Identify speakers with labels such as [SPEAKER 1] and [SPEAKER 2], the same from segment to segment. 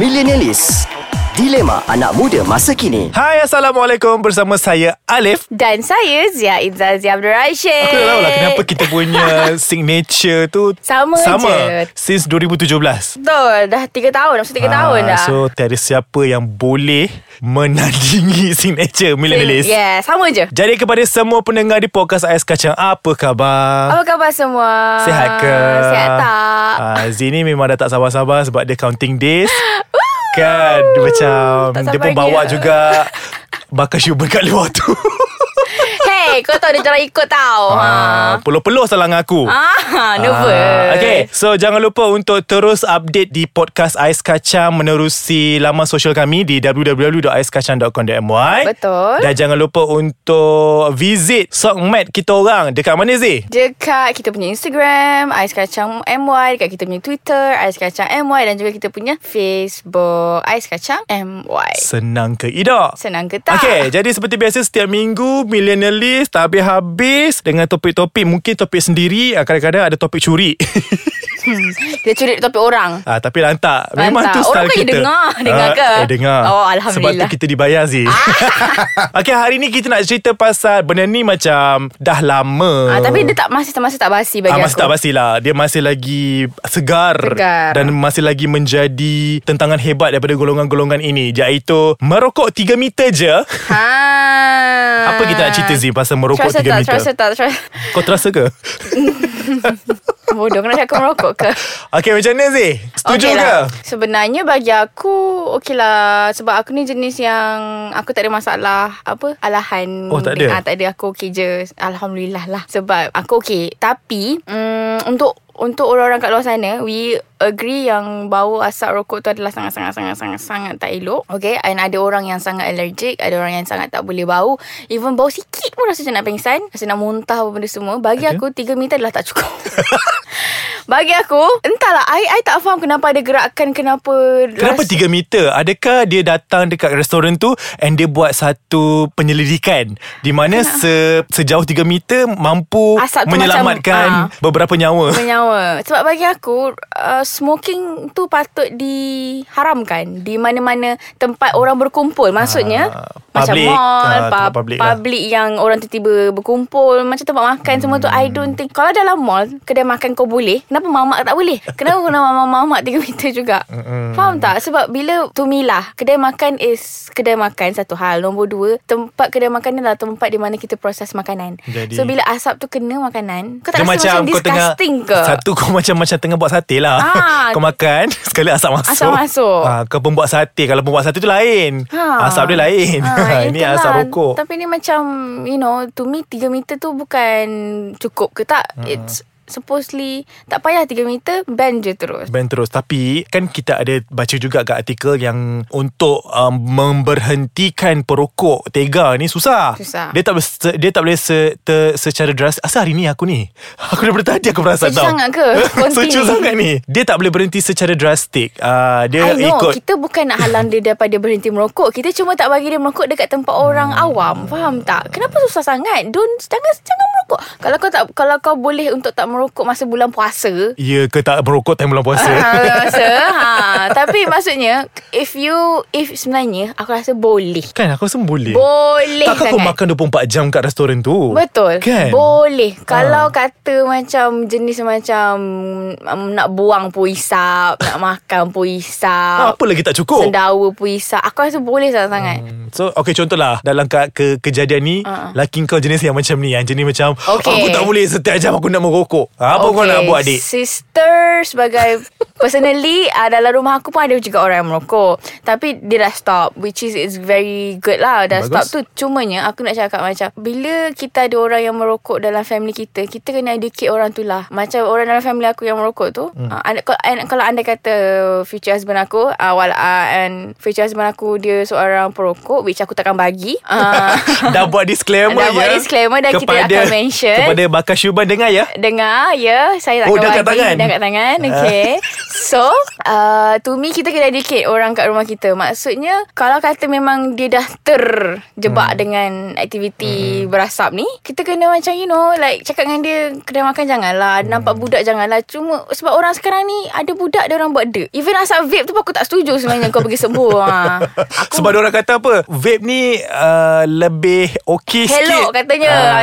[SPEAKER 1] Millennialis Dilema anak muda masa kini
[SPEAKER 2] Hai Assalamualaikum Bersama saya Alif
[SPEAKER 3] Dan saya Zia Izzal Zia Abdul Rashid
[SPEAKER 2] Aku tak tahu lah kenapa kita punya signature tu
[SPEAKER 3] Sama
[SPEAKER 2] sama
[SPEAKER 3] je.
[SPEAKER 2] Since 2017
[SPEAKER 3] Betul Dah 3 tahun Maksud 3 tahun
[SPEAKER 2] Ah,
[SPEAKER 3] dah
[SPEAKER 2] So tiada siapa yang boleh Menandingi signature Millennialis
[SPEAKER 3] Yeah Sama je
[SPEAKER 2] Jadi kepada semua pendengar di podcast AIS Kacang Apa khabar?
[SPEAKER 3] Apa khabar semua
[SPEAKER 2] Sihat ke?
[SPEAKER 3] Ah, Sihat tak
[SPEAKER 2] Ah, Zee ni memang dah tak sabar-sabar Sebab dia counting days Kan dia macam
[SPEAKER 3] Tak
[SPEAKER 2] Dia pun
[SPEAKER 3] sabar
[SPEAKER 2] bawa
[SPEAKER 3] dia.
[SPEAKER 2] juga Bakar syuber kat luar tu
[SPEAKER 3] Hey kau tahu dia jarang ikut tau Ha.
[SPEAKER 2] ah, Peluh-peluh salah dengan aku
[SPEAKER 3] Ah, nervous.
[SPEAKER 2] Ah, okay, so jangan lupa untuk terus update di podcast Ais Kacang menerusi laman sosial kami di www.aiskacang.com.my.
[SPEAKER 3] Betul.
[SPEAKER 2] Dan jangan lupa untuk visit Sokmat kita orang. Dekat mana Zee?
[SPEAKER 3] Dekat kita punya Instagram Ais Kacang MY Dekat kita punya Twitter Ais Kacang MY Dan juga kita punya Facebook Ais Kacang MY
[SPEAKER 2] Senang ke tidak?
[SPEAKER 3] Senang ke tak?
[SPEAKER 2] Okay, jadi seperti biasa setiap minggu Millionaire List tak habis-habis dengan topik-topik. Mungkin topik sendiri, ah, kadang-kadang ada topik curi.
[SPEAKER 3] Dia curi topik orang
[SPEAKER 2] ah, tapi lantak. Memang
[SPEAKER 3] Lantak.
[SPEAKER 2] tu style
[SPEAKER 3] Orang kan
[SPEAKER 2] kita.
[SPEAKER 3] dengar. Dengar
[SPEAKER 2] Ah,
[SPEAKER 3] ke?
[SPEAKER 2] eh, dengar.
[SPEAKER 3] Oh, Alhamdulillah. Ah.
[SPEAKER 2] Sebab tu kita dibayar Zee. okay, hari ni kita nak cerita pasal benda ni macam dah lama.
[SPEAKER 3] Ah, tapi dia tak masih masih tak basi
[SPEAKER 2] Oh. Ah,
[SPEAKER 3] bagi aku.
[SPEAKER 2] masih tak pasti lah Dia masih lagi segar,
[SPEAKER 3] Segar.
[SPEAKER 2] Dan masih lagi menjadi Tentangan hebat Daripada golongan-golongan ini Iaitu Merokok 3 meter je
[SPEAKER 3] Ha.
[SPEAKER 2] Apa kita
[SPEAKER 3] Ah.
[SPEAKER 2] nak cerita Zee Pasal merokok
[SPEAKER 3] Terasa
[SPEAKER 2] 3
[SPEAKER 3] tak,
[SPEAKER 2] meter
[SPEAKER 3] terasa tak, terasa
[SPEAKER 2] Kau terasa ke?
[SPEAKER 3] Bodoh, kenapa aku merokok ke?
[SPEAKER 2] Okay macam mana Zee? Setuju
[SPEAKER 3] Okey
[SPEAKER 2] okay ke?
[SPEAKER 3] lah. Sebenarnya bagi aku Okey lah Sebab aku ni jenis yang Aku tak ada masalah Apa Alahan
[SPEAKER 2] Oh, tak ada?
[SPEAKER 3] ah, Tak ada aku okey je Alhamdulillah lah Sebab aku okey Tapi mm, Untuk untuk orang-orang kat luar sana We agree yang bau asap rokok tu adalah sangat-sangat-sangat-sangat tak elok Okay And ada orang yang sangat allergic Ada orang yang sangat tak boleh bau Even bau sikit pun rasa macam nak pingsan Rasa nak muntah apa benda semua Bagi
[SPEAKER 2] Okay.
[SPEAKER 3] okay. aku 3 meter adalah tak cukup Bagi aku Entahlah I, I tak faham kenapa ada gerakan Kenapa
[SPEAKER 2] Kenapa 3 meter? Adakah dia datang dekat restoran tu and dia buat satu penyelidikan di mana se, sejauh 3 meter mampu
[SPEAKER 3] Asap tu
[SPEAKER 2] menyelamatkan
[SPEAKER 3] macam, ah.
[SPEAKER 2] beberapa nyawa?
[SPEAKER 3] Menyawa Sebab bagi aku uh, Smoking tu patut diharamkan Di mana-mana tempat orang berkumpul Maksudnya
[SPEAKER 2] Ah,
[SPEAKER 3] Macam
[SPEAKER 2] public,
[SPEAKER 3] mall
[SPEAKER 2] ah, tempat
[SPEAKER 3] pub,
[SPEAKER 2] public
[SPEAKER 3] Public,
[SPEAKER 2] lah.
[SPEAKER 3] yang orang tiba-tiba berkumpul Macam tempat makan semua tu I don't think Kalau dalam mall Kedai makan kau boleh Kenapa mamak tak boleh? Kenapa kena mamak-mamak 3 meter juga? Faham tak? Sebab bila To me lah Kedai makan is Kedai makan satu hal Nombor dua Tempat kedai makan adalah Tempat di mana kita proses makanan
[SPEAKER 2] Jadi-
[SPEAKER 3] So bila asap tu kena makanan Kau tak
[SPEAKER 2] Dia
[SPEAKER 3] rasa macam,
[SPEAKER 2] kau tengah
[SPEAKER 3] disgusting ke?
[SPEAKER 2] Satu kau macam macam tengah buat sate lah
[SPEAKER 3] Ah.
[SPEAKER 2] Kau makan Sekali asap masuk
[SPEAKER 3] Asap masuk.
[SPEAKER 2] ah, Kau pembuat sate Kalau pembuat sate tu lain
[SPEAKER 3] Ha.
[SPEAKER 2] Asap dia lain
[SPEAKER 3] Ha,
[SPEAKER 2] Ini
[SPEAKER 3] itulah.
[SPEAKER 2] asap rokok
[SPEAKER 3] Tapi ni macam You know To me 3 meter tu bukan Cukup ke tak
[SPEAKER 2] Hmm.
[SPEAKER 3] It's supposedly Tak payah 3 meter Band je terus
[SPEAKER 2] Ban terus Tapi Kan kita ada Baca juga kat artikel Yang Untuk um, Memberhentikan Perokok Tega ni susah
[SPEAKER 3] Susah.
[SPEAKER 2] Dia tak boleh se- Dia tak boleh se, ter, Secara drastis Asal hari ni aku ni Aku daripada tadi Aku perasan
[SPEAKER 3] Sejuk
[SPEAKER 2] tau
[SPEAKER 3] sangat ke?
[SPEAKER 2] Sejuk
[SPEAKER 3] Continue.
[SPEAKER 2] sangat ni Dia tak boleh berhenti Secara drastik uh, Dia
[SPEAKER 3] I know
[SPEAKER 2] ikut
[SPEAKER 3] Kita bukan nak halang dia Daripada berhenti merokok Kita cuma tak bagi dia merokok Dekat tempat orang
[SPEAKER 2] Hmm.
[SPEAKER 3] awam Faham tak? Kenapa susah sangat? Don't Jangan jangan merokok Kalau kau tak Kalau kau boleh Untuk tak merokok Masa bulan puasa
[SPEAKER 2] Ya ke tak merokok Time bulan puasa
[SPEAKER 3] Ah, rasa ha. Tapi maksudnya If you If sebenarnya Aku rasa boleh
[SPEAKER 2] Kan aku rasa boleh
[SPEAKER 3] Boleh
[SPEAKER 2] Takkan kau
[SPEAKER 3] sangat
[SPEAKER 2] makan 24 jam kat restoran tu
[SPEAKER 3] Betul
[SPEAKER 2] Kan Ah.
[SPEAKER 3] Boleh Kalau kata macam Jenis macam um, Nak buang pun isap Nak makan pun isap
[SPEAKER 2] Ah, Apa Hmm. lagi tak cukup
[SPEAKER 3] Sendawa pun isap Aku rasa boleh sangat-sangat
[SPEAKER 2] So okay contohlah Dalam ke, ke kejadian ni uh-huh. Laki kau jenis yang macam ni Yang jenis macam
[SPEAKER 3] Ah. Okay.
[SPEAKER 2] Aku tak boleh setiap jam aku nak merokok ha, Apa okay. kau nak buat adik
[SPEAKER 3] Sister sebagai Personally uh, Dalam rumah aku pun Ada juga orang yang merokok Tapi dia dah stop Which is It's very good lah Dah
[SPEAKER 2] Bagus.
[SPEAKER 3] Bagus. stop tu Cumanya aku nak cakap macam Bila kita ada orang yang merokok Dalam family kita Kita kena educate orang tu lah Macam orang dalam family aku Yang merokok tu hmm. uh, and, kalau- and, Kalau anda kata Future husband aku uh, well, uh, And future husband aku Dia seorang perokok Which aku takkan bagi uh,
[SPEAKER 2] Dah buat disclaimer
[SPEAKER 3] Dah
[SPEAKER 2] ya
[SPEAKER 3] buat disclaimer dan kita akan mention.
[SPEAKER 2] Kepada bakar syuban dengar ya
[SPEAKER 3] dengar ya saya tak
[SPEAKER 2] Oh, dah kat tangan?
[SPEAKER 3] dah kat tangan okey so uh, uh, to me kita kena educate orang kat rumah kita. Maksudnya kalau kata memang dia dah terjebak hmm. dengan aktiviti hmm. berasap ni, kita kena macam you know like cakap dengan dia kedai makan janganlah, hmm. nampak budak janganlah. Cuma sebab orang sekarang ni ada budak dia orang buat dek. Even asap vape tu pun aku tak setuju sebenarnya kau pergi sembuh. ha. Aku
[SPEAKER 2] Sebab orang kata apa Vape ni uh, Lebih okey sikit
[SPEAKER 3] Hello katanya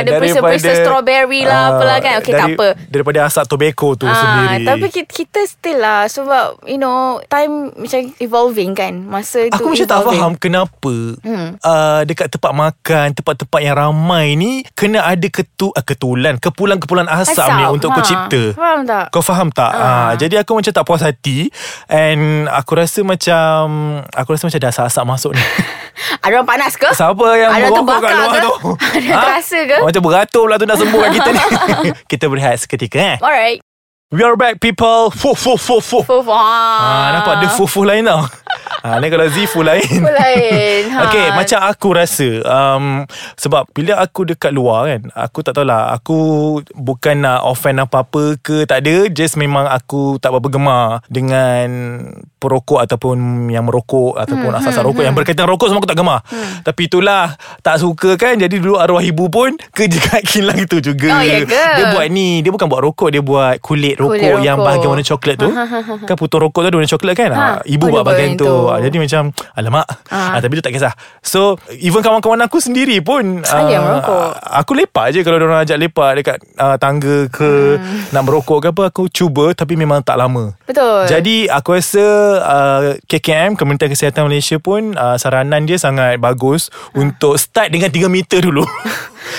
[SPEAKER 2] ah,
[SPEAKER 3] Ada perisa-perisa
[SPEAKER 2] daripada-
[SPEAKER 3] strawberry lah
[SPEAKER 2] ah,
[SPEAKER 3] Apalah kan Okay tak apa
[SPEAKER 2] Daripada asap tobacco tu
[SPEAKER 3] Ah,
[SPEAKER 2] sendiri
[SPEAKER 3] Tapi kita, kita still lah Sebab you know Time macam evolving kan Masa tu
[SPEAKER 2] Aku macam tak
[SPEAKER 3] evolving.
[SPEAKER 2] faham kenapa hmm. uh, dekat tempat makan, tempat-tempat yang ramai ni kena ada ketu uh, ketulan, kepulan-kepulan asap, asap ni untuk kau cipta.
[SPEAKER 3] Ha. Faham tak?
[SPEAKER 2] Kau faham tak? Ha. Ha, jadi aku macam tak puas hati and aku rasa macam aku rasa macam dah asap-asap masuk ni.
[SPEAKER 3] Ada orang Ah, panas ke?
[SPEAKER 2] Siapa yang
[SPEAKER 3] Ada
[SPEAKER 2] merokok kat
[SPEAKER 3] terbakar
[SPEAKER 2] luar
[SPEAKER 3] ke?
[SPEAKER 2] tu? Ha?
[SPEAKER 3] Ada terasa ke?
[SPEAKER 2] Macam beratur pula tu nak sembuh kat kita ni. kita berehat seketika eh.
[SPEAKER 3] Alright
[SPEAKER 2] We are back people. Fuh fuh fuh fuh.
[SPEAKER 3] Fuh fuh
[SPEAKER 2] Ha, nampak dia fuh-fuh lain tau. ha, ni kalau Z fuh lain.
[SPEAKER 3] Fuh lain ha.
[SPEAKER 2] Okay macam aku rasa um, Sebab bila aku dekat luar kan Aku tak tahulah Aku bukan nak offend apa-apa ke Tak ada Just memang aku tak berapa gemar Dengan perokok ataupun yang merokok Ataupun hmm, asas-asas rokok Yang berkaitan rokok semua aku tak gemar hmm. Tapi itulah Tak suka kan Jadi dulu arwah ibu pun Kerja kat kilang itu juga
[SPEAKER 3] Oh, ya ke?
[SPEAKER 2] Dia buat ni Dia bukan buat rokok Dia buat kulit rokok,
[SPEAKER 3] Kulit
[SPEAKER 2] Yang
[SPEAKER 3] rokok.
[SPEAKER 2] bahagian warna coklat tu Kan putus rokok tu ada warna coklat kan
[SPEAKER 3] Ha,
[SPEAKER 2] ha, Ibu
[SPEAKER 3] oh,
[SPEAKER 2] buat
[SPEAKER 3] dia buat
[SPEAKER 2] bahagian
[SPEAKER 3] yang
[SPEAKER 2] tu,
[SPEAKER 3] tu.
[SPEAKER 2] tu. Ah, Jadi macam Alamak
[SPEAKER 3] Ah.
[SPEAKER 2] ah. Tapi tu tak kisah So Even kawan-kawan aku sendiri pun
[SPEAKER 3] Ah, dia merokok.
[SPEAKER 2] Aku lepak je Kalau orang ajak lepak Dekat uh, tangga ke hmm. Nak merokok ke apa Aku cuba Tapi memang tak lama
[SPEAKER 3] Betul
[SPEAKER 2] jadi aku rasa uh, KKM Kementerian Kesihatan Malaysia pun uh, Saranan dia sangat bagus Untuk start dengan 3 meter dulu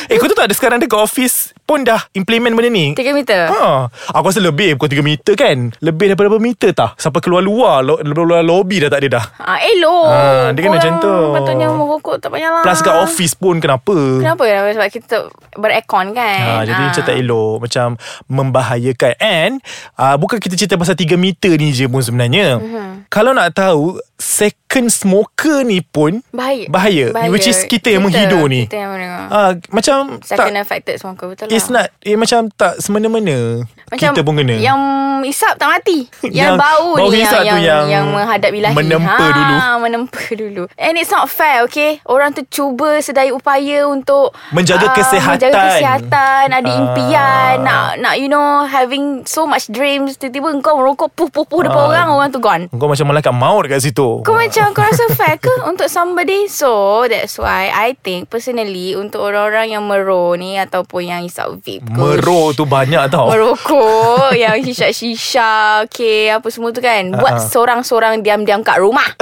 [SPEAKER 2] Eh kau tu tak ada sekarang dekat office Pun dah implement benda ni
[SPEAKER 3] 3 meter
[SPEAKER 2] Ha, aku rasa lebih bukan 3 meter kan Lebih daripada berapa meter tah Sampai keluar-luar lo- Keluar lobby dah tak ada dah
[SPEAKER 3] Ah, elok
[SPEAKER 2] Ah, dia kena
[SPEAKER 3] Korang
[SPEAKER 2] macam tu.
[SPEAKER 3] Patutnya merokok tak payahlah
[SPEAKER 2] Plus kat office pun kenapa
[SPEAKER 3] Ah. Kenapa ya? Sebab kita berekon
[SPEAKER 2] Ha,
[SPEAKER 3] kan
[SPEAKER 2] jadi macam tak elok Macam membahayakan And uh, Bukan kita cerita pasal 3 meter ni je pun sebenarnya
[SPEAKER 3] Mhm.
[SPEAKER 2] mm-hmm. Kalau nak tahu Second smoker ni pun
[SPEAKER 3] Bahaya.
[SPEAKER 2] Bahaya, Which is kita yang menghidup ni
[SPEAKER 3] Kita yang menghidup
[SPEAKER 2] ha, Macam
[SPEAKER 3] Second
[SPEAKER 2] tak,
[SPEAKER 3] affected smoker Betul lah
[SPEAKER 2] It's not eh, Macam tak semena-mena
[SPEAKER 3] macam
[SPEAKER 2] Kita pun kena
[SPEAKER 3] Yang isap tak mati Yang,
[SPEAKER 2] Yang-
[SPEAKER 3] bau
[SPEAKER 2] bau
[SPEAKER 3] ni
[SPEAKER 2] hisap
[SPEAKER 3] yang,
[SPEAKER 2] tu yang
[SPEAKER 3] yang menghadap ilahi
[SPEAKER 2] menempa
[SPEAKER 3] ha,
[SPEAKER 2] dulu.
[SPEAKER 3] Menempa dulu And it's not fair okay Orang tu cuba sedaya upaya untuk
[SPEAKER 2] Menjaga
[SPEAKER 3] ah,
[SPEAKER 2] kesihatan.
[SPEAKER 3] Menjaga kesihatan Ada
[SPEAKER 2] Ah.
[SPEAKER 3] impian Nak nak you know Having so much dreams Tiba-tiba kau merokok Puh-puh-puh depan
[SPEAKER 2] Ah.
[SPEAKER 3] orang Orang tu gone
[SPEAKER 2] Kau macam malaikat maut kat situ
[SPEAKER 3] Kau macam kau rasa fair ke untuk somebody? So that's why I think personally untuk orang-orang yang mero ni ataupun yang isap vape ke.
[SPEAKER 2] Merok tu banyak tau
[SPEAKER 3] Merokok Yang shisha-shisha Okay Apa semua tu kan Buat
[SPEAKER 2] Ha-ha.
[SPEAKER 3] seorang-seorang Diam-diam kat rumah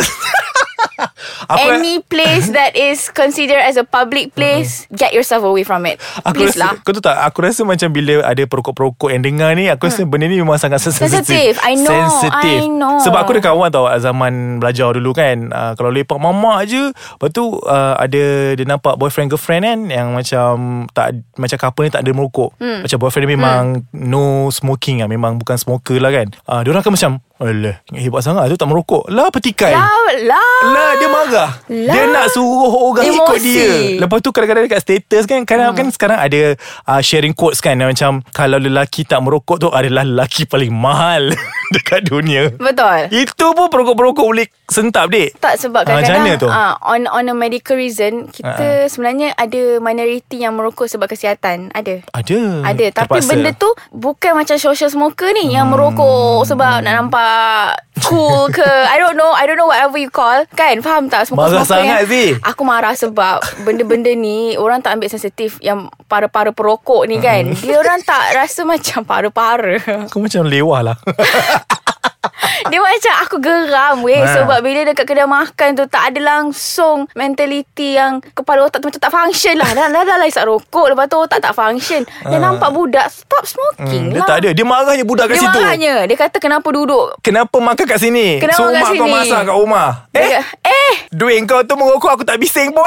[SPEAKER 2] Apa-
[SPEAKER 3] Any place That is considered As a public place Get yourself away from it
[SPEAKER 2] Mm-hmm. Aku
[SPEAKER 3] Please
[SPEAKER 2] rasa,
[SPEAKER 3] lah
[SPEAKER 2] Kau tahu tak Aku rasa macam bila Ada perokok-perokok yang dengar ni Aku rasa benda ni memang sangat sensitif
[SPEAKER 3] Sensitif, Hmm. I know,
[SPEAKER 2] Sensitif
[SPEAKER 3] I know.
[SPEAKER 2] Sebab aku ada kawan tau Zaman belajar dulu kan uh, Kalau lepak mamak je Lepas tu uh, Ada Dia nampak boyfriend-girlfriend kan Yang macam tak Macam couple ni tak ada merokok hmm. Macam boyfriend dia memang
[SPEAKER 3] Hmm.
[SPEAKER 2] No smoking lah Memang bukan smoker lah kan uh, Diorang akan macam Alah Hebat sangat tu tak merokok Lah petikai
[SPEAKER 3] Lah Lah
[SPEAKER 2] lah dia marah
[SPEAKER 3] Lah.
[SPEAKER 2] lah. Dia nak suruh orang Emosi.
[SPEAKER 3] Emosi.
[SPEAKER 2] ikut dia Lepas tu kadang-kadang dekat status kan Kadang hmm. kan sekarang ada uh, sharing quotes kan yang Macam Kalau lelaki tak merokok tu Adalah lelaki paling mahal Dekat dunia
[SPEAKER 3] Betul
[SPEAKER 2] Itu pun perokok-perokok boleh sentap dek
[SPEAKER 3] Tak sebab
[SPEAKER 2] Ah, macam mana
[SPEAKER 3] kadang-kadang
[SPEAKER 2] tu? Ha,
[SPEAKER 3] ah, on on a medical reason kita sebenarnya ada minority yang merokok sebab kesihatan. Ada.
[SPEAKER 2] Ada
[SPEAKER 3] Ada Tapi
[SPEAKER 2] Hmm, terpaksa.
[SPEAKER 3] benda tu Bukan macam social smoker ni Yang merokok Sebab nak nampak Cool ke I don't know I don't know whatever you call Kan faham tak
[SPEAKER 2] Marah
[SPEAKER 3] Smoker-smoker
[SPEAKER 2] sangat,
[SPEAKER 3] yang-
[SPEAKER 2] Zee.
[SPEAKER 3] Aku marah sebab Benda-benda ni Orang tak ambil sensitif Yang para-para perokok ni kan
[SPEAKER 2] Hmm.
[SPEAKER 3] Dia orang tak rasa macam Para-para
[SPEAKER 2] Kau macam lewah lah
[SPEAKER 3] Dia macam aku geram weh
[SPEAKER 2] Ha.
[SPEAKER 3] Sebab bila dekat kedai makan tu Tak ada langsung mentality yang Kepala otak tu macam tak function lah Dah dah, dah lah isap rokok Lepas tu otak tak function Dia nampak budak Stop
[SPEAKER 2] Ah. hmm,
[SPEAKER 3] smoking
[SPEAKER 2] Dia
[SPEAKER 3] lah
[SPEAKER 2] tak ada Dia marahnya budak kat
[SPEAKER 3] Dia
[SPEAKER 2] situ
[SPEAKER 3] marahnya Dia kata kenapa duduk
[SPEAKER 2] Kenapa makan kat sini
[SPEAKER 3] Kenapa
[SPEAKER 2] So
[SPEAKER 3] makan kat
[SPEAKER 2] mak kau
[SPEAKER 3] sini?
[SPEAKER 2] masak kat rumah
[SPEAKER 3] Eh,
[SPEAKER 2] Eh
[SPEAKER 3] eh
[SPEAKER 2] Duit kau tu merokok Aku tak bising pun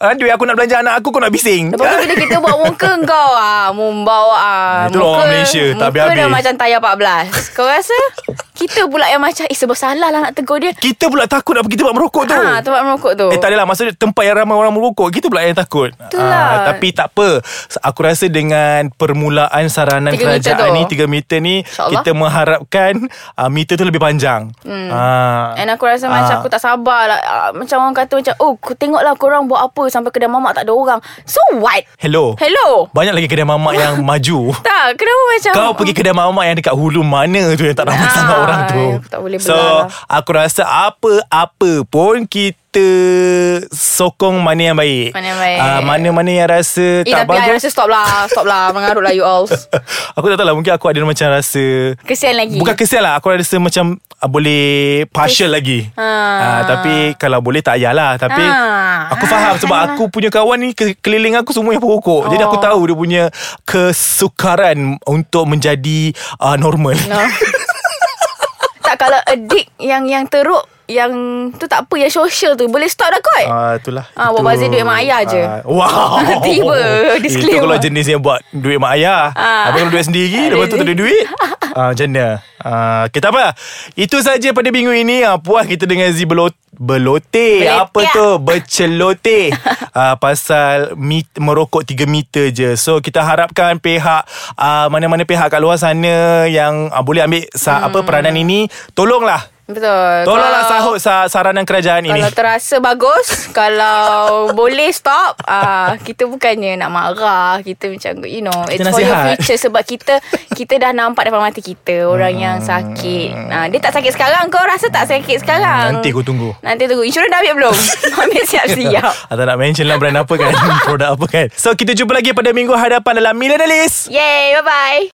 [SPEAKER 2] ah, Duit aku nak belanja anak aku Kau nak bising
[SPEAKER 3] Lepas tu bila kita buat muka kau ah, Membawa ah,
[SPEAKER 2] Itu
[SPEAKER 3] muka,
[SPEAKER 2] orang Malaysia, tak
[SPEAKER 3] Muka dah
[SPEAKER 2] habis-habis.
[SPEAKER 3] macam tayar 14 Kau rasa Kita pula yang macam Eh sebab salah lah nak tegur dia
[SPEAKER 2] Kita pula takut Nak pergi tempat merokok tu
[SPEAKER 3] Ha, tempat merokok tu
[SPEAKER 2] Eh tak adalah Maksudnya tempat yang ramai orang merokok Kita pula yang takut Ah,
[SPEAKER 3] Itulah.
[SPEAKER 2] Tapi tak apa Aku rasa dengan Permulaan saranan
[SPEAKER 3] Tiga meter
[SPEAKER 2] kerajaan
[SPEAKER 3] tu.
[SPEAKER 2] ni 3 meter ni
[SPEAKER 3] InsyaAllah.
[SPEAKER 2] Kita mengharapkan uh, Meter tu lebih panjang hmm.
[SPEAKER 3] And aku rasa uh. macam aku tak sabar lah Ah, Macam orang kata macam Oh kau tengoklah korang buat apa Sampai kedai mamak tak ada orang So what?
[SPEAKER 2] Hello
[SPEAKER 3] Hello
[SPEAKER 2] Banyak lagi kedai mamak yang maju
[SPEAKER 3] Tak kenapa macam
[SPEAKER 2] Kau pergi kedai mamak yang dekat hulu mana tu yang tak ramai
[SPEAKER 3] Ya Ah,
[SPEAKER 2] sangat orang tu.
[SPEAKER 3] aku tak boleh
[SPEAKER 2] so,
[SPEAKER 3] belah lah.
[SPEAKER 2] aku rasa apa-apa pun kita sokong mana yang baik.
[SPEAKER 3] Mana yang baik.
[SPEAKER 2] Ah, mana-mana yang rasa
[SPEAKER 3] Eh
[SPEAKER 2] tak
[SPEAKER 3] tapi I
[SPEAKER 2] bagus.
[SPEAKER 3] rasa stop lah Stop lah Mengarut lah you all
[SPEAKER 2] aku tak tahu lah Mungkin aku ada macam rasa
[SPEAKER 3] Kesian lagi
[SPEAKER 2] Bukan kesian lah Aku rasa macam ah, Boleh Partial lagi
[SPEAKER 3] Ah.
[SPEAKER 2] Ah, Tapi Kalau boleh tak payahlah Tapi
[SPEAKER 3] Ah.
[SPEAKER 2] Aku faham
[SPEAKER 3] Ah,
[SPEAKER 2] Sebab
[SPEAKER 3] ayolah.
[SPEAKER 2] aku punya kawan ni ke- Keliling aku semua yang perokok Jadi aku
[SPEAKER 3] Oh.
[SPEAKER 2] tahu Dia punya Kesukaran Untuk menjadi uh, Normal
[SPEAKER 3] No. tak kalau addict yang yang teruk yang tu tak apa yang social tu boleh stop dah kot.
[SPEAKER 2] Ah, itulah.
[SPEAKER 3] Ah, buat bazir duit mak ayah je.
[SPEAKER 2] Ah, wow.
[SPEAKER 3] Tiba,
[SPEAKER 2] Itu
[SPEAKER 3] disclaimer.
[SPEAKER 2] kalau jenis yang buat duit mak ayah.
[SPEAKER 3] Ah.
[SPEAKER 2] Tapi kalau duit sendiri,
[SPEAKER 3] Ada
[SPEAKER 2] lepas tu tak ada duit. Ah, macam mana? Ah, okay, tak apa. Itu saja pada minggu ini. Ah, puas kita dengan Z belot belote.
[SPEAKER 3] Beletek.
[SPEAKER 2] Apa tu? Bercelote. ah, pasal mit, merokok 3 meter je. So, kita harapkan pihak ah, mana-mana pihak kat luar sana yang ah, boleh ambil sa- apa peranan ini, tolonglah.
[SPEAKER 3] Betul.
[SPEAKER 2] Tolonglah
[SPEAKER 3] Hmm.
[SPEAKER 2] sahut
[SPEAKER 3] Kalau-
[SPEAKER 2] sa- saranan kerajaan ini.
[SPEAKER 3] Kalau terasa bagus Kalau boleh stop uh, Kita bukannya nak marah Kita macam you know It's for your
[SPEAKER 2] nasihat.
[SPEAKER 3] future Sebab kita Kita dah nampak depan mata kita Orang yang
[SPEAKER 2] Hmm.
[SPEAKER 3] sakit uh, Dia tak sakit sekarang Kau rasa tak sakit sekarang
[SPEAKER 2] Nanti aku tunggu.
[SPEAKER 3] Nanti tunggu Insurans dah ambil belum? ambil siap-siap
[SPEAKER 2] Atau nak mention lah brand apa kan Produk apa kan So kita jumpa lagi pada minggu hadapan dalam Millennialist
[SPEAKER 3] Yay bye-bye